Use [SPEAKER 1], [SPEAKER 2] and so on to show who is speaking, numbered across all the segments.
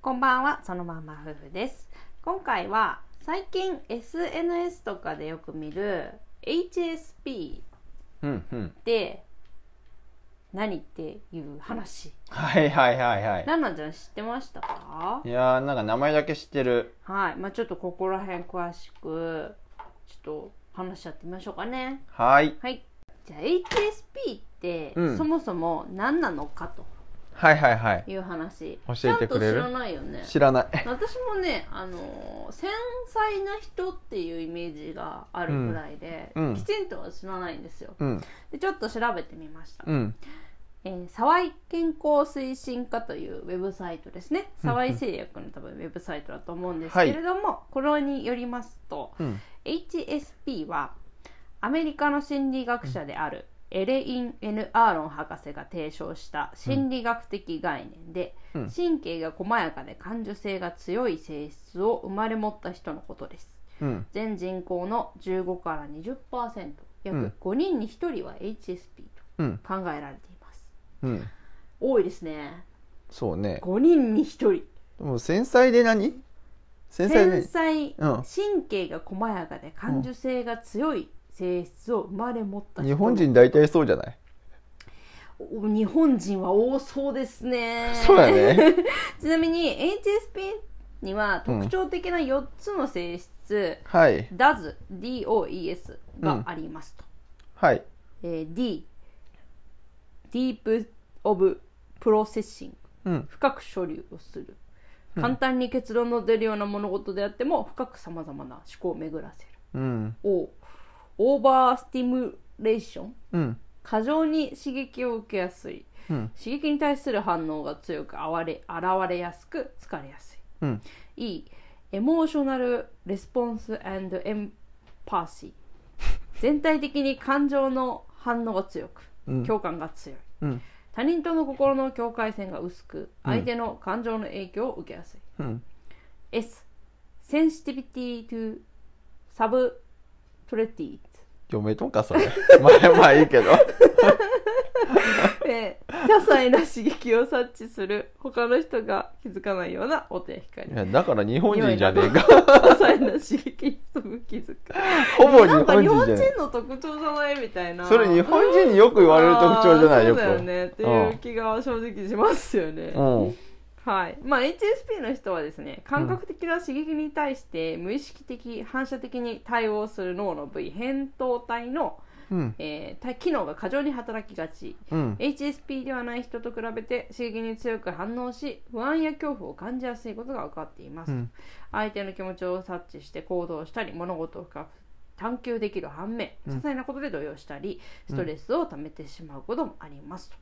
[SPEAKER 1] こんばんは、そのまんま夫婦です。今回は最近 SNS とかでよく見る HSP
[SPEAKER 2] うんうん
[SPEAKER 1] って何っていう話。
[SPEAKER 2] はいはいはいはい
[SPEAKER 1] ナナちゃん知ってましたか
[SPEAKER 2] いやーなんか名前だけ知ってる
[SPEAKER 1] はい。まあちょっとここら辺詳しく、ちょっと話し合ってみましょうかね。
[SPEAKER 2] はい
[SPEAKER 1] はい。じゃあ HSP って、
[SPEAKER 2] うん
[SPEAKER 1] そもそも何なのか
[SPEAKER 2] はいはいはい
[SPEAKER 1] という話。
[SPEAKER 2] 教えて
[SPEAKER 1] ちゃんと
[SPEAKER 2] くれる
[SPEAKER 1] 知らないよね。
[SPEAKER 2] 知らない
[SPEAKER 1] 私もね、あのー繊細な人っていうイメージがあるくらいで、
[SPEAKER 2] うんうん
[SPEAKER 1] きちんとは知らないんですよ
[SPEAKER 2] うん
[SPEAKER 1] でちょっと調べてみました、
[SPEAKER 2] うん
[SPEAKER 1] えー沢井健康推進課というウェブサイトですね沢井製薬の多分ウェブサイトだと思うんですけれども、これによりますと
[SPEAKER 2] うん
[SPEAKER 1] HSP はアメリカの心理学者であるエレイン・エヌ・アーロン博士が提唱した心理学的概念で、
[SPEAKER 2] うん
[SPEAKER 1] 神経が細やかで感受性が強い性質を生まれ持った人のことです
[SPEAKER 2] うん
[SPEAKER 1] 全人口の15から20%
[SPEAKER 2] うん
[SPEAKER 1] 約5人に1人は HSP
[SPEAKER 2] うん
[SPEAKER 1] と考えられています、
[SPEAKER 2] うん
[SPEAKER 1] 多いですね
[SPEAKER 2] そうね
[SPEAKER 1] 5人に1人
[SPEAKER 2] でも繊細で何繊
[SPEAKER 1] 繊
[SPEAKER 2] 細で
[SPEAKER 1] 細、
[SPEAKER 2] うん
[SPEAKER 1] 神経が細やかで感受性が強い性質を生まれ持った人
[SPEAKER 2] 日本人大体そうじゃない
[SPEAKER 1] お日本人は多そうですね
[SPEAKER 2] そうだね
[SPEAKER 1] ちなみに HSP には特徴的な4つの性質、
[SPEAKER 2] はい
[SPEAKER 1] ダ DOES DOES がありますと、
[SPEAKER 2] はい
[SPEAKER 1] えー D ディープオブプロセッシング
[SPEAKER 2] うん
[SPEAKER 1] 深く処理をする簡単に結論の出るような物事であっても深くさまざまな思考を巡らせる
[SPEAKER 2] うん
[SPEAKER 1] をオーバースティムレーション
[SPEAKER 2] うん
[SPEAKER 1] 過剰に刺激を受けやすい
[SPEAKER 2] うん
[SPEAKER 1] 刺激に対する反応が強くあわれ現れやすく疲れやす
[SPEAKER 2] うん
[SPEAKER 1] い E エモーショナル・レスポンス・エンド・エンパーシー全体的に感情の反応が強く
[SPEAKER 2] うん
[SPEAKER 1] 共感が強い、
[SPEAKER 2] うん
[SPEAKER 1] 他人との心の境界線が薄く相手の感情の影響を受けやすい、
[SPEAKER 2] うん
[SPEAKER 1] S センシティビティ・トゥ・サブ・トレティ
[SPEAKER 2] 読めとんかそれ まあまあいいけど
[SPEAKER 1] えー些細な刺激を察知する他の人が気づかないようなお手光
[SPEAKER 2] い やだから日本人じゃねえか
[SPEAKER 1] 些細な刺激に潜む気づく
[SPEAKER 2] ほぼ日
[SPEAKER 1] なんか
[SPEAKER 2] 本
[SPEAKER 1] 日本
[SPEAKER 2] 人じゃね
[SPEAKER 1] 人の特徴じゃないみたいな
[SPEAKER 2] それ日本人によく言われる特徴じゃない
[SPEAKER 1] あーそ
[SPEAKER 2] よく
[SPEAKER 1] うだよねっていう気が正直しますよね、
[SPEAKER 2] うん
[SPEAKER 1] はいまあ HSP の人はですね感覚的な刺激に対して無意識的反射的に対応する脳の部位扁桃体の、
[SPEAKER 2] うん
[SPEAKER 1] えー体機能が過剰に働きがち
[SPEAKER 2] うん
[SPEAKER 1] HSP ではない人と比べて刺激に強く反応し不安や恐怖を感じやすいことが分かっています、
[SPEAKER 2] うん
[SPEAKER 1] 相手の気持ちを察知して行動したり物事を深く探求できる反面些細なことで動揺したり、ストレスを溜めてしまうこともありますと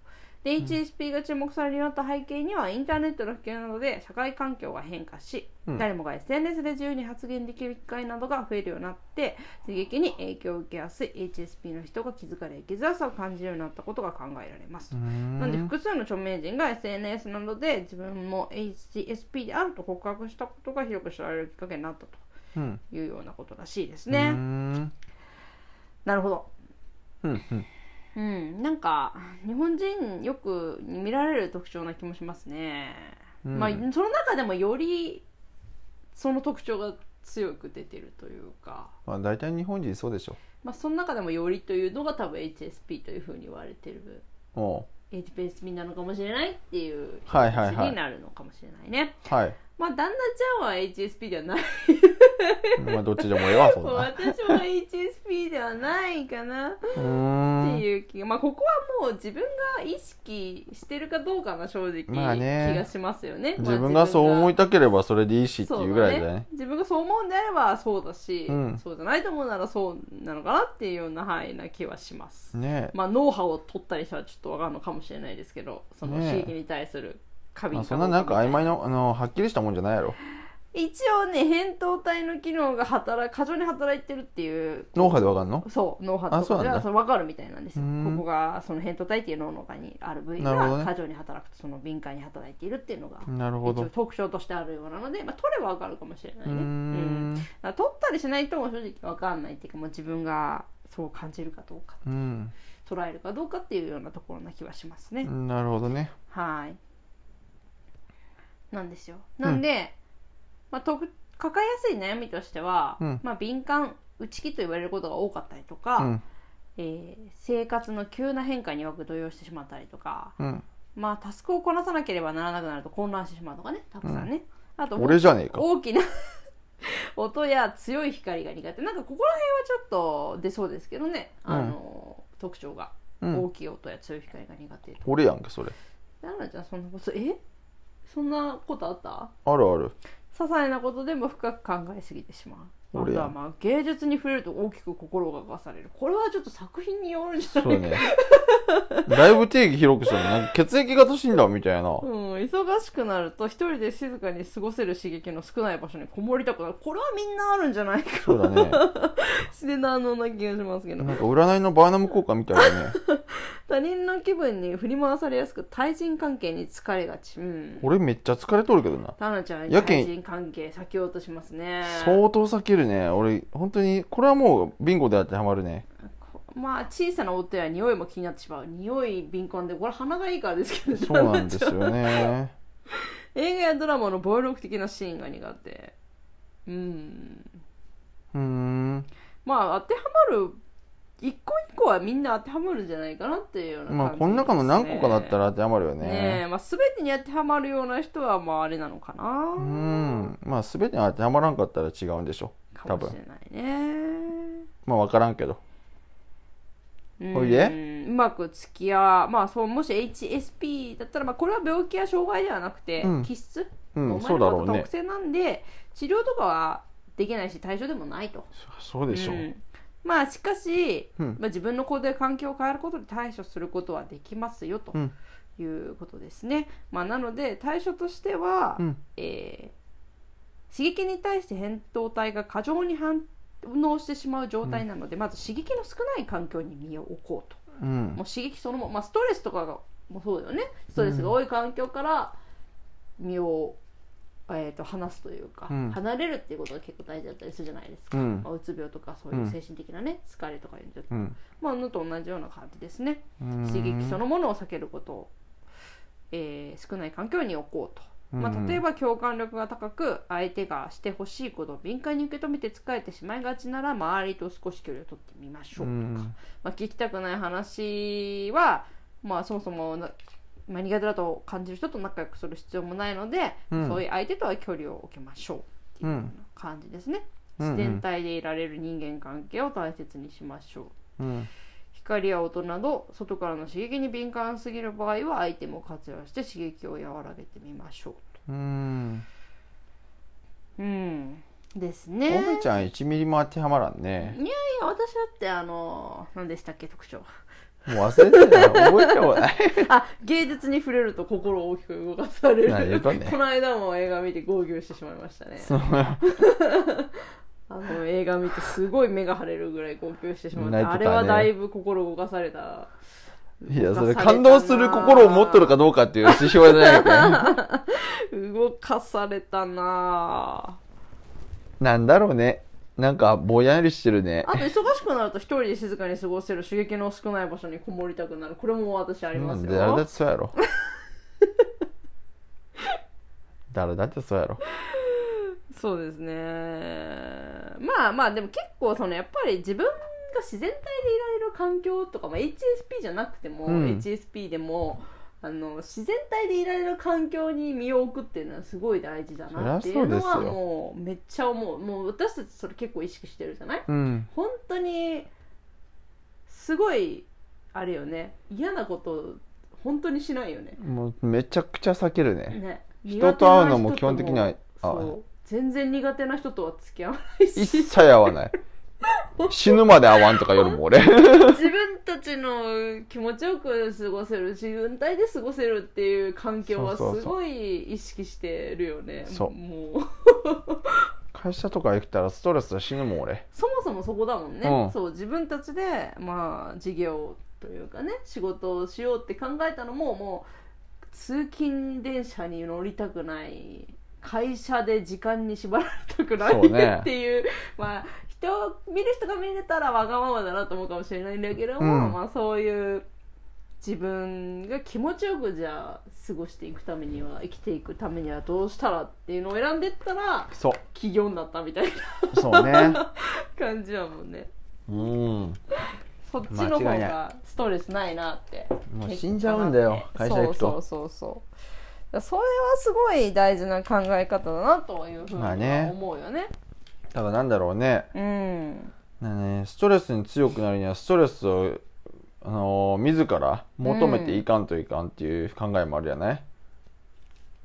[SPEAKER 1] で HSP が注目されるようになった背景にはインターネットの普及などで社会環境が変化し、
[SPEAKER 2] うん
[SPEAKER 1] 誰もが SNS で自由に発言できる機会などが増えるようになって刺激に影響を受けやすい HSP の人が気づかれ生きづらさを感じるようになったことが考えられます、なんで複数の著名人が SNS などで自分も HSP であると告白したことが広く知られるきっかけになった
[SPEAKER 2] うん
[SPEAKER 1] というようなことらしいです
[SPEAKER 2] うー
[SPEAKER 1] ね、
[SPEAKER 2] ん
[SPEAKER 1] なるほど
[SPEAKER 2] うんうん
[SPEAKER 1] うん、なんか日本人よく見られる特徴な気もしますね、
[SPEAKER 2] うん
[SPEAKER 1] まあその中でもよりその特徴が強く出てるというか、
[SPEAKER 2] まあ大体日本人そうでしょ
[SPEAKER 1] まあ、その中でもよりというのが多分 HSP というふうに言われてる
[SPEAKER 2] お
[SPEAKER 1] HSP なのかもしれないっていう
[SPEAKER 2] はいはいはい
[SPEAKER 1] になるのかもしれないね、
[SPEAKER 2] うはい
[SPEAKER 1] まあ旦那ちゃんは HSP ではない
[SPEAKER 2] まあどっちでもええわそん な
[SPEAKER 1] 私は HSP ではないかなっ
[SPEAKER 2] う
[SPEAKER 1] て
[SPEAKER 2] ーん
[SPEAKER 1] いう気が、まあここはもう自分が意識してるかどうかな正直、
[SPEAKER 2] まあね
[SPEAKER 1] 気がしますよね
[SPEAKER 2] 自分がそう思い
[SPEAKER 1] た
[SPEAKER 2] たければそれでいいしっていうぐらいだね
[SPEAKER 1] 自分がそう思うんであればそうだし、
[SPEAKER 2] うん
[SPEAKER 1] そうじゃないと思うならそうなのかなっていうような範囲な気はします、
[SPEAKER 2] ね
[SPEAKER 1] まあ脳波を取ったりしたらちょっとわかるのかもしれないですけどその
[SPEAKER 2] ね
[SPEAKER 1] 刺激に対する過敏
[SPEAKER 2] まあ
[SPEAKER 1] 感
[SPEAKER 2] そんななんか曖昧なあのはっきりしたもんじゃないやろ
[SPEAKER 1] 一応ね扁桃体の機能が働過剰に働いてるっていう
[SPEAKER 2] 脳波でわかんの
[SPEAKER 1] そう脳波と
[SPEAKER 2] あ
[SPEAKER 1] か
[SPEAKER 2] そうなん
[SPEAKER 1] で
[SPEAKER 2] だ
[SPEAKER 1] はそれ分かるみたいなんですよ
[SPEAKER 2] うーん
[SPEAKER 1] ここがその扁桃体っていう脳の中にある部位
[SPEAKER 2] なるほど
[SPEAKER 1] が
[SPEAKER 2] ね
[SPEAKER 1] 過剰に働くとその敏感に働いているっていうのが
[SPEAKER 2] なるほ
[SPEAKER 1] 一
[SPEAKER 2] ど
[SPEAKER 1] 応
[SPEAKER 2] う
[SPEAKER 1] 特徴としてあるようなので、まあ、取れば分かるかもしれない
[SPEAKER 2] ー
[SPEAKER 1] ねうん
[SPEAKER 2] ん
[SPEAKER 1] だから取ったりしない人も正直分かんないっていうかもう自分がそう感じるかどうか
[SPEAKER 2] うん
[SPEAKER 1] 捉えるかどうかっていうようなところな気はしますね、
[SPEAKER 2] なるほどね
[SPEAKER 1] はいなんですよなんで、まあ、とく抱えやすい悩みとしては、
[SPEAKER 2] うん
[SPEAKER 1] まあ、敏感内気と言われることが多かったりとか、
[SPEAKER 2] うん
[SPEAKER 1] えー生活の急な変化に弱く動揺してしまったりとか、
[SPEAKER 2] うん
[SPEAKER 1] まあ、タスクをこなさなければならなくなると混乱してしまうとかねたくさんね、あと
[SPEAKER 2] 俺じゃねえか
[SPEAKER 1] 大きな 音や強い光が苦手なんかここら辺はちょっと出そうですけどね、あの特徴が、
[SPEAKER 2] うん
[SPEAKER 1] 大きい音や強い光が苦手と
[SPEAKER 2] 俺やんけそれ
[SPEAKER 1] 奈々ちゃんそんなことえそんなことあった
[SPEAKER 2] あるある
[SPEAKER 1] 些細なことでも深く考えすぎてしまうあ
[SPEAKER 2] 俺
[SPEAKER 1] と
[SPEAKER 2] や
[SPEAKER 1] はまあ芸術に触れると大きく心が動かされるこれはちょっと作品によるんじゃ
[SPEAKER 2] そ
[SPEAKER 1] ないう
[SPEAKER 2] ねだいぶ定義広くしたのなんか血液型診断みたいな
[SPEAKER 1] うん、忙しくなると一人で静かに過ごせる刺激の少ない場所にこもりたくなるこれはみんなあるんじゃないか
[SPEAKER 2] そうだね
[SPEAKER 1] 自然な能な気がしますけど、
[SPEAKER 2] なんか占いのバーナム効果みたいだね
[SPEAKER 1] 他人の気分に振り回されやすく対人関係に疲れがちうん
[SPEAKER 2] 俺めっちゃ疲れとるけどな
[SPEAKER 1] タナちゃん
[SPEAKER 2] やけ
[SPEAKER 1] 対
[SPEAKER 2] ん
[SPEAKER 1] 人関係避けようとしますね
[SPEAKER 2] 相当避けるね俺本当にこれはもうビンゴで当てはまるね
[SPEAKER 1] こまあ小さな音や匂いも気になってしまう匂い敏感でこれ鼻がいいからですけど
[SPEAKER 2] そうなんですよね
[SPEAKER 1] 映画やドラマの暴力的なシーンが苦手うん
[SPEAKER 2] うーん
[SPEAKER 1] まあ当てはまる一個一個はみんな当てはまるんじゃないかなっていうような感じです、ね、
[SPEAKER 2] まあこの中の何個かだったら当てはまるよね
[SPEAKER 1] ねえ、まあ、全てに当てはまるような人はまああれなのかな
[SPEAKER 2] うーんまあ全てに当てはまらんかったら違うんでしょ
[SPEAKER 1] か
[SPEAKER 2] 多
[SPEAKER 1] もし
[SPEAKER 2] 分
[SPEAKER 1] れないね
[SPEAKER 2] まあ分からんけど
[SPEAKER 1] うん
[SPEAKER 2] ほいで
[SPEAKER 1] うまく付き合うまあそうもし HSP だったら、まあ、これは病気や障害ではなくて、
[SPEAKER 2] うん
[SPEAKER 1] 気質
[SPEAKER 2] うん
[SPEAKER 1] 生
[SPEAKER 2] そう
[SPEAKER 1] ま
[SPEAKER 2] だ
[SPEAKER 1] れ持
[SPEAKER 2] ろう
[SPEAKER 1] った
[SPEAKER 2] ね
[SPEAKER 1] 特性なんで治療とかはできないし対象でもないと
[SPEAKER 2] そそうでしょう、
[SPEAKER 1] んまあしかし、
[SPEAKER 2] うん
[SPEAKER 1] まあ、自分の行動や環境を変えることで対処することはできますよと
[SPEAKER 2] うん
[SPEAKER 1] いうことですね、まあ、なので対処としては、
[SPEAKER 2] うん
[SPEAKER 1] えー刺激に対して返答体が過剰に反応してしまう状態なので、まず刺激の少ない環境に身を置こうと
[SPEAKER 2] うん
[SPEAKER 1] もう刺激そのもまあ、ストレスとかがもそうだよねストレスが多い環境から身を、えー、と離すというか、
[SPEAKER 2] うん
[SPEAKER 1] 離れるっていうことが結構大事だったりするじゃないですか、
[SPEAKER 2] うん
[SPEAKER 1] まあうつ病とかそういう精神的なね、疲れとかいうのと、
[SPEAKER 2] うん
[SPEAKER 1] まあ、のと同じような感じですね
[SPEAKER 2] うん
[SPEAKER 1] 刺激そのものを避けることを、えー少ない環境に置こうと。ま
[SPEAKER 2] う
[SPEAKER 1] あ、
[SPEAKER 2] ん
[SPEAKER 1] 例えば共感力が高く相手がしてほしいことを敏感に受け止めて疲れてしまいがちなら周りと少し距離を取ってみましょうとか、
[SPEAKER 2] うん
[SPEAKER 1] まあ、聞きたくない話は、まあ、そもそもな、まあ、苦手だと感じる人と仲良くする必要もないので、
[SPEAKER 2] うん
[SPEAKER 1] そういう相手とは距離を置きましょうっていうような感じですね、
[SPEAKER 2] うん
[SPEAKER 1] 自然体でいられる人間関係を大切にしましょう
[SPEAKER 2] うん
[SPEAKER 1] 光や音など外からの刺激に敏感すぎる場合はアイテムを活用して刺激を和らげてみましょ
[SPEAKER 2] うん
[SPEAKER 1] ううんです
[SPEAKER 2] お
[SPEAKER 1] ね
[SPEAKER 2] めちゃん1ミリも当てはまらんね
[SPEAKER 1] いや私だってあの何でしたっけ特徴
[SPEAKER 2] もう忘れてたよ覚えてもない
[SPEAKER 1] あ芸術に触れると心を大きく動かされ
[SPEAKER 2] 何言
[SPEAKER 1] る
[SPEAKER 2] うとんねん
[SPEAKER 1] この間も映画見て号泣してしまいましたね
[SPEAKER 2] その
[SPEAKER 1] あの映画見てすごい目が腫れるぐらい号泣してしまって
[SPEAKER 2] 泣い
[SPEAKER 1] あ
[SPEAKER 2] てた
[SPEAKER 1] れ
[SPEAKER 2] ね
[SPEAKER 1] はだいぶ心動かされた
[SPEAKER 2] い
[SPEAKER 1] 動か
[SPEAKER 2] やそ
[SPEAKER 1] され
[SPEAKER 2] れ
[SPEAKER 1] たな
[SPEAKER 2] 感動する心を持っとるかどうかっていう指標じゃないよ ね
[SPEAKER 1] 動かされたなぁ
[SPEAKER 2] なんだろうねなんかぼんやりしてるね
[SPEAKER 1] あと忙しくなると一人で静かに過ごせる刺激の少ない場所にこもりたくなるこれも私あり
[SPEAKER 2] う
[SPEAKER 1] ます
[SPEAKER 2] ん
[SPEAKER 1] よ、
[SPEAKER 2] 誰だってそうや ろ誰だってそうやろ
[SPEAKER 1] そうですねまあまあでも結構そのやっぱり自分が自然体でいられる環境とか、まあ、HSP じゃなくても、
[SPEAKER 2] うん
[SPEAKER 1] HSP でもあの自然体でいられる環境に身を置くっていうのはすごい大事だなっていうの
[SPEAKER 2] そりゃ
[SPEAKER 1] は
[SPEAKER 2] そうですよ
[SPEAKER 1] もうめっちゃ思うもう私たちそれ結構意識してるじゃない
[SPEAKER 2] うん
[SPEAKER 1] 本当にすごいあれよね嫌なこと本当にしないよね
[SPEAKER 2] もうめちゃくちゃ避けるね
[SPEAKER 1] ね
[SPEAKER 2] 人と会うのも基本的には
[SPEAKER 1] 苦手な人とも
[SPEAKER 2] あ
[SPEAKER 1] そう全然苦手な人とは付き合わないし
[SPEAKER 2] 一切会わない死ぬまで会わんとかよりも俺
[SPEAKER 1] 自分たちの気持ちよく過ごせる自分体で過ごせるっていう環境はす
[SPEAKER 2] そうそうそう
[SPEAKER 1] ごい意識してるよね
[SPEAKER 2] そう
[SPEAKER 1] もう
[SPEAKER 2] 会社とか来たらストレスで死ぬもん俺
[SPEAKER 1] そもそもそこだもんね、
[SPEAKER 2] うん
[SPEAKER 1] そう自分たちでまあ事業というかね仕事をしようって考えたのももう通勤電車に乗りたくない会社で時間に縛られたくな
[SPEAKER 2] そう
[SPEAKER 1] い、
[SPEAKER 2] ね
[SPEAKER 1] っていうまあ人を見る人が見れたらわがままだなと思うかもしれないんだけども、
[SPEAKER 2] うん
[SPEAKER 1] まあそういう自分が気持ちよくじゃあ過ごしていくためには生きていくためにはどうしたらっていうのを選んでったら
[SPEAKER 2] そ
[SPEAKER 1] 起業になったみたいな
[SPEAKER 2] うそうね
[SPEAKER 1] 感じやもんね
[SPEAKER 2] うん
[SPEAKER 1] そっちの方がストレスないなって
[SPEAKER 2] もう死んじゃうんだよ
[SPEAKER 1] 結
[SPEAKER 2] 会
[SPEAKER 1] 果
[SPEAKER 2] 社
[SPEAKER 1] な
[SPEAKER 2] 行
[SPEAKER 1] って
[SPEAKER 2] く
[SPEAKER 1] そう
[SPEAKER 2] と
[SPEAKER 1] そうそうそうだからそれはすごい大事な考え方だなというふうに
[SPEAKER 2] まあ
[SPEAKER 1] は
[SPEAKER 2] ね
[SPEAKER 1] 思うよね,、
[SPEAKER 2] だからなんだろうね
[SPEAKER 1] うん
[SPEAKER 2] ねストレスに強くなるにはストレスをあのー自ら求めていかんといかんっていう考えもあるやない、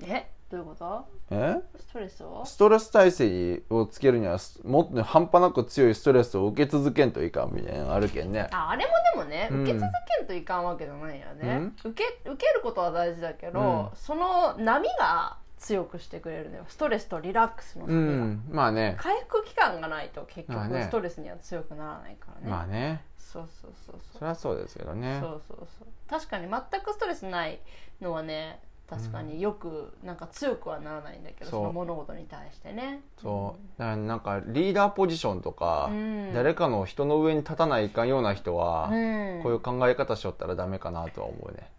[SPEAKER 1] えどういうこと
[SPEAKER 2] え
[SPEAKER 1] ストレスを
[SPEAKER 2] ストレス耐性をつけるにはすもっと半端なく強いストレスを受け続けんといかんみたいなのあるけんね
[SPEAKER 1] ああれもでもね
[SPEAKER 2] うん
[SPEAKER 1] 受け続けんといかんわけじゃないよね、受け受けることは大事だけど、
[SPEAKER 2] う
[SPEAKER 1] その波が強くしてくれるのよストレスとリラックスの
[SPEAKER 2] う
[SPEAKER 1] 波が、
[SPEAKER 2] んまあね
[SPEAKER 1] 回復期間がないと結
[SPEAKER 2] まあ
[SPEAKER 1] 局
[SPEAKER 2] ね
[SPEAKER 1] ストレスには強くならないからね,、
[SPEAKER 2] まあね
[SPEAKER 1] そうそうそうそう
[SPEAKER 2] そりゃそうですけどね
[SPEAKER 1] そうそうそう確かに全くストレスないのはね確かによく、なんか強くはならないんだけどそ
[SPEAKER 2] そう
[SPEAKER 1] の物事に対してね
[SPEAKER 2] そうだからなんかリーダーポジションとか、
[SPEAKER 1] うん
[SPEAKER 2] 誰かの人の上に立たないかんような人は、
[SPEAKER 1] うん
[SPEAKER 2] こういう考え方しよったらダメかなとは思うね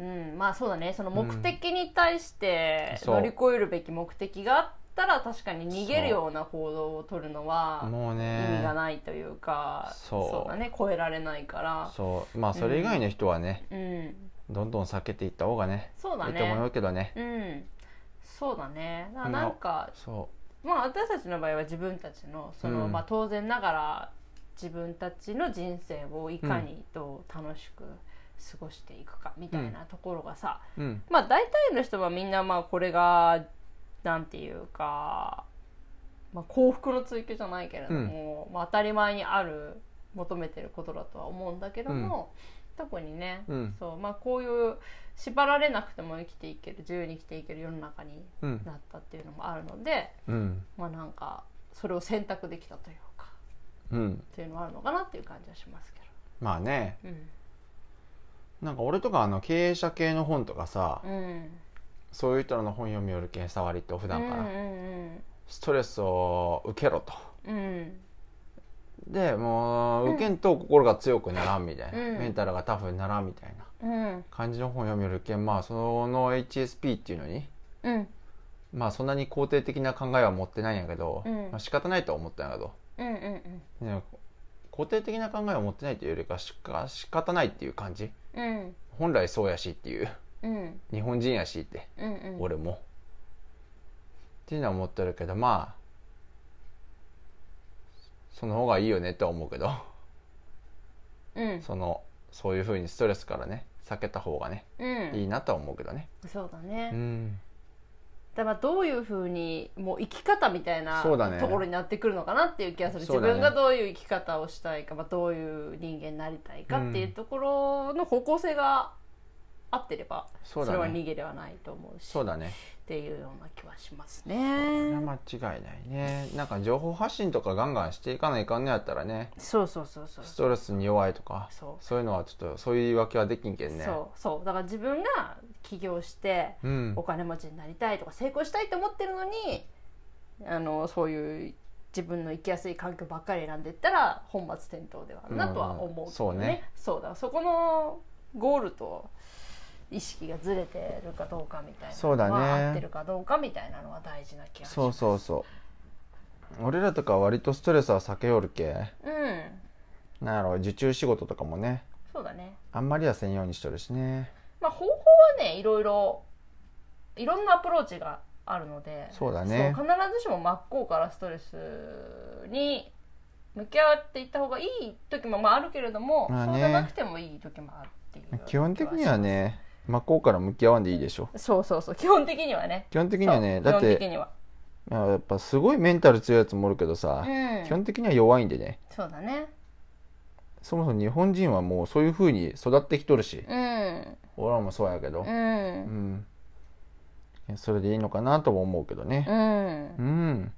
[SPEAKER 1] うん、まあそうだねその目的に対して
[SPEAKER 2] そう
[SPEAKER 1] 乗り越えるべき目的があったら確かに逃げるような行動を取るのは
[SPEAKER 2] もう
[SPEAKER 1] 意
[SPEAKER 2] ね
[SPEAKER 1] 味がないというか、
[SPEAKER 2] そう
[SPEAKER 1] だね超えられないから
[SPEAKER 2] そうまあそれ以外の人はね、
[SPEAKER 1] うん
[SPEAKER 2] どんどん避けていった方がね
[SPEAKER 1] そうだ
[SPEAKER 2] いいと思
[SPEAKER 1] ね
[SPEAKER 2] うけどね
[SPEAKER 1] うんそうだねだから
[SPEAKER 2] うん
[SPEAKER 1] なんか
[SPEAKER 2] そ
[SPEAKER 1] まあ、私たちの場合は自分たちのその、
[SPEAKER 2] うん
[SPEAKER 1] まあ、当然ながら自分たちの人生をいかにどう楽しく過ごしていくかみたいなところがさ、
[SPEAKER 2] ううん
[SPEAKER 1] まあ大体の人はみんなまあこれがなんていうか、まあ、幸福の追求じゃないけれども、まあ、当たり前にある求めてることだとは思うんだけども、特にね、
[SPEAKER 2] うん
[SPEAKER 1] そうまあ、こういう縛られなくても生きていける自由に生きていける世の中に
[SPEAKER 2] うん
[SPEAKER 1] なったっていうのもあるので。
[SPEAKER 2] うん
[SPEAKER 1] まあなんかそれを選択できたというか
[SPEAKER 2] うん
[SPEAKER 1] というのはあるのかなっていう感じはしますけ
[SPEAKER 2] まあね
[SPEAKER 1] ど
[SPEAKER 2] なんか俺とかあの経営者系の本とかさ、
[SPEAKER 1] うんうん
[SPEAKER 2] そういう人らの本読みよるけんさ割と普段から、
[SPEAKER 1] うんうん
[SPEAKER 2] ストレスを受けろと
[SPEAKER 1] うんうん
[SPEAKER 2] でもう受けんと心が強くならんみたいな、
[SPEAKER 1] うん
[SPEAKER 2] メンタルがタフにならんみたいな
[SPEAKER 1] うん
[SPEAKER 2] 感じの本読みよるけんまあその HSP っていうのに
[SPEAKER 1] うん
[SPEAKER 2] まあそんなに肯定的な考えは持ってないんやけど、
[SPEAKER 1] うん
[SPEAKER 2] まあ仕方ないとは思ったんやけど、
[SPEAKER 1] うんうん
[SPEAKER 2] ね肯定的な考えを持ってないというよりかしか仕方ないっていう感じ
[SPEAKER 1] うん
[SPEAKER 2] 本来そうやしっていう
[SPEAKER 1] うん
[SPEAKER 2] 日本人やしって
[SPEAKER 1] うんうん
[SPEAKER 2] 俺も、っていうのは思ってるけどまあその方がいいよねとは思うけど
[SPEAKER 1] うん
[SPEAKER 2] そのそういうふうにストレスからね避けた方がね
[SPEAKER 1] うん
[SPEAKER 2] いいなとは思うけどね
[SPEAKER 1] そうだ
[SPEAKER 2] う
[SPEAKER 1] ね
[SPEAKER 2] ん
[SPEAKER 1] だからどういうふうにもう生き方みたいな
[SPEAKER 2] そうだね
[SPEAKER 1] ところになってくるのかなっていう気がする
[SPEAKER 2] そ
[SPEAKER 1] 自
[SPEAKER 2] うだね
[SPEAKER 1] 分がどういう生き方をしたいかまあどういう人間になりたいかっていうところの方向性が合ってれば
[SPEAKER 2] そ
[SPEAKER 1] そうれ
[SPEAKER 2] だ
[SPEAKER 1] は
[SPEAKER 2] ね
[SPEAKER 1] 逃げではないと思うし
[SPEAKER 2] そうだね
[SPEAKER 1] っていうような気はします
[SPEAKER 2] それは
[SPEAKER 1] ね。
[SPEAKER 2] 間違いないねなんか情報発信とかガンガンしていかないかんのやったらね
[SPEAKER 1] そうそうそうそう。
[SPEAKER 2] ストレスに弱いとか
[SPEAKER 1] そう
[SPEAKER 2] そういうのはちょっとそういう言い訳はできんけんね
[SPEAKER 1] そうそうだから自分が起業して
[SPEAKER 2] うん
[SPEAKER 1] お金持ちになりたいとか成功したいと思ってるのにあのそういう自分の生きやすい環境ばっかり選んでいったら本末転倒ではあるなとは思うけどね,、
[SPEAKER 2] うんそうね
[SPEAKER 1] そうだからそこのゴールと意識がずれてるかどうかみたいな
[SPEAKER 2] そうだね
[SPEAKER 1] まあ合ってるかどうかみたいなのは大事な気がし
[SPEAKER 2] そう
[SPEAKER 1] ます
[SPEAKER 2] そうそう俺らとか割とストレスは避けよるけ
[SPEAKER 1] うん
[SPEAKER 2] なんやろ受注仕事とかもね
[SPEAKER 1] そうだね
[SPEAKER 2] あんまりはせんようにしとるしね
[SPEAKER 1] まあ、方法はねいろいろいろんなアプローチがあるので
[SPEAKER 2] そうだね
[SPEAKER 1] そう必ずしも真っ向からストレスに向き合っていった方がいい時もまああるけれども、
[SPEAKER 2] まあね
[SPEAKER 1] そうじゃなくてもいい時もあるっていう
[SPEAKER 2] 基本的にはね真っ向から向き合わんでいいでしょ
[SPEAKER 1] そうそうそう基本的にはね
[SPEAKER 2] 基本的にはね
[SPEAKER 1] そう
[SPEAKER 2] だっ
[SPEAKER 1] 基本的
[SPEAKER 2] て
[SPEAKER 1] には
[SPEAKER 2] やっぱすごいメンタル強いやつもおるけどさ、
[SPEAKER 1] うん
[SPEAKER 2] 基本的には弱いんでね
[SPEAKER 1] そうだね
[SPEAKER 2] そもそも日本人はもうそういう風に育ってきとるし
[SPEAKER 1] うん
[SPEAKER 2] 俺らもそうやけど
[SPEAKER 1] う
[SPEAKER 2] うんん、それでいいのかなとも思うけどね
[SPEAKER 1] うん
[SPEAKER 2] うん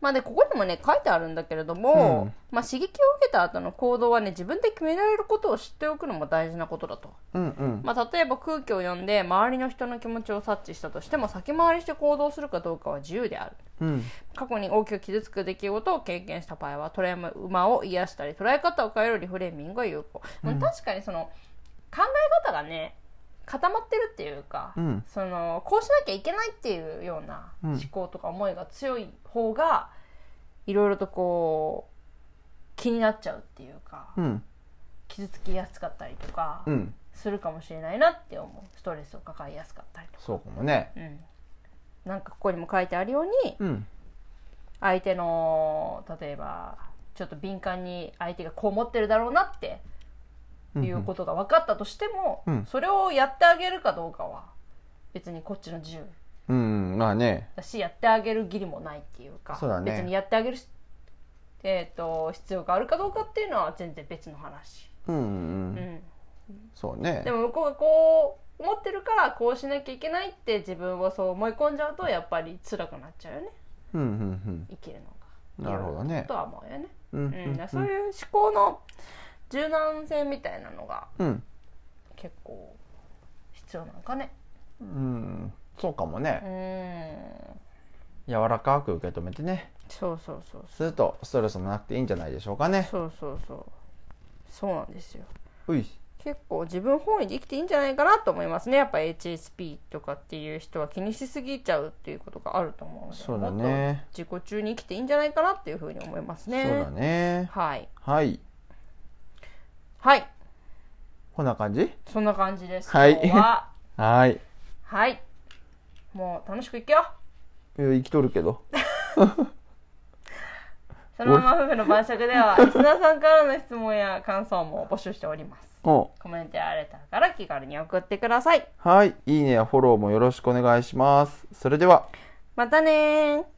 [SPEAKER 1] まあでここにもね書いてあるんだけれども、
[SPEAKER 2] うん
[SPEAKER 1] まあ、刺激を受けた後の行動はね自分で決められることを知っておくのも大事なことだと
[SPEAKER 2] うんうん
[SPEAKER 1] まあ、例えば空気を読んで周りの人の気持ちを察知したとしても先回りして行動するかどうかは自由である
[SPEAKER 2] うん
[SPEAKER 1] 過去に大きく傷つく出来事を経験した場合はトラウマを癒やしたり捉え方を変えるリフレーミングが有効、まあ確かにその考え方がね固まってるっていうか、
[SPEAKER 2] うん
[SPEAKER 1] そのこうしなきゃいけないっていうような
[SPEAKER 2] うん
[SPEAKER 1] 思考とか思いが強い方が、いろいろとこう気になっちゃうっていうか、
[SPEAKER 2] うん
[SPEAKER 1] 傷つきやすかったりとか
[SPEAKER 2] うん
[SPEAKER 1] するかもしれないなって思うストレスを抱えやすかったりとか、
[SPEAKER 2] そうかもね
[SPEAKER 1] うん、なんかここにも書いてあるように
[SPEAKER 2] うん
[SPEAKER 1] 相手の例えばちょっと敏感に相手がこう思ってるだろうなって
[SPEAKER 2] うん
[SPEAKER 1] いうことが分かったとしても、
[SPEAKER 2] うん
[SPEAKER 1] それをやってあげるかどうかは別にこっちの自由
[SPEAKER 2] うんうんまあね
[SPEAKER 1] だしやってあげる義理もないっていうか
[SPEAKER 2] そうだね
[SPEAKER 1] 別にやってあげるし、えー、と必要があるかどうかっていうのは全然別の話、
[SPEAKER 2] うん
[SPEAKER 1] う
[SPEAKER 2] うん
[SPEAKER 1] ん、
[SPEAKER 2] そうね
[SPEAKER 1] でも向こうがこう思ってるからこうしなきゃいけないって自分をそう思い込んじゃうとやっぱり辛くなっちゃうよね
[SPEAKER 2] うんうん
[SPEAKER 1] 生きる
[SPEAKER 2] うん
[SPEAKER 1] のが
[SPEAKER 2] なるほどね
[SPEAKER 1] とは思うよね、
[SPEAKER 2] うんう
[SPEAKER 1] うん
[SPEAKER 2] んうん
[SPEAKER 1] そういう思考の柔軟性みたいなのが
[SPEAKER 2] うん
[SPEAKER 1] 結構必要なんかね
[SPEAKER 2] うんそうかも
[SPEAKER 1] う
[SPEAKER 2] ね
[SPEAKER 1] ーん
[SPEAKER 2] 柔らかく受け止めてね
[SPEAKER 1] そうそうそう
[SPEAKER 2] するとストレスもなくていいんじゃないでしょうかね
[SPEAKER 1] そうそうそうそうなんですよ
[SPEAKER 2] うい
[SPEAKER 1] 結構自分本位で生きていいんじゃないかなと思いますねやっぱ HSP とかっていう人は気にしすぎちゃうっていうことがあると思うので
[SPEAKER 2] そうだね
[SPEAKER 1] もっと自己中に生きていいんじゃないかなっていうふうに思いますね
[SPEAKER 2] そうだね
[SPEAKER 1] はい
[SPEAKER 2] はい
[SPEAKER 1] はい
[SPEAKER 2] こんな感じ
[SPEAKER 1] そんな感じです
[SPEAKER 2] はい
[SPEAKER 1] 今日は
[SPEAKER 2] はい
[SPEAKER 1] はいもう楽しくいくよ
[SPEAKER 2] いや生きとるけど
[SPEAKER 1] そのまま夫婦の晩酌ではリスナーさんからの質問や感想も募集しております
[SPEAKER 2] お
[SPEAKER 1] コメントやレターから気軽に送ってください
[SPEAKER 2] はいいいねやフォローもよろしくお願いしますそれでは
[SPEAKER 1] またねー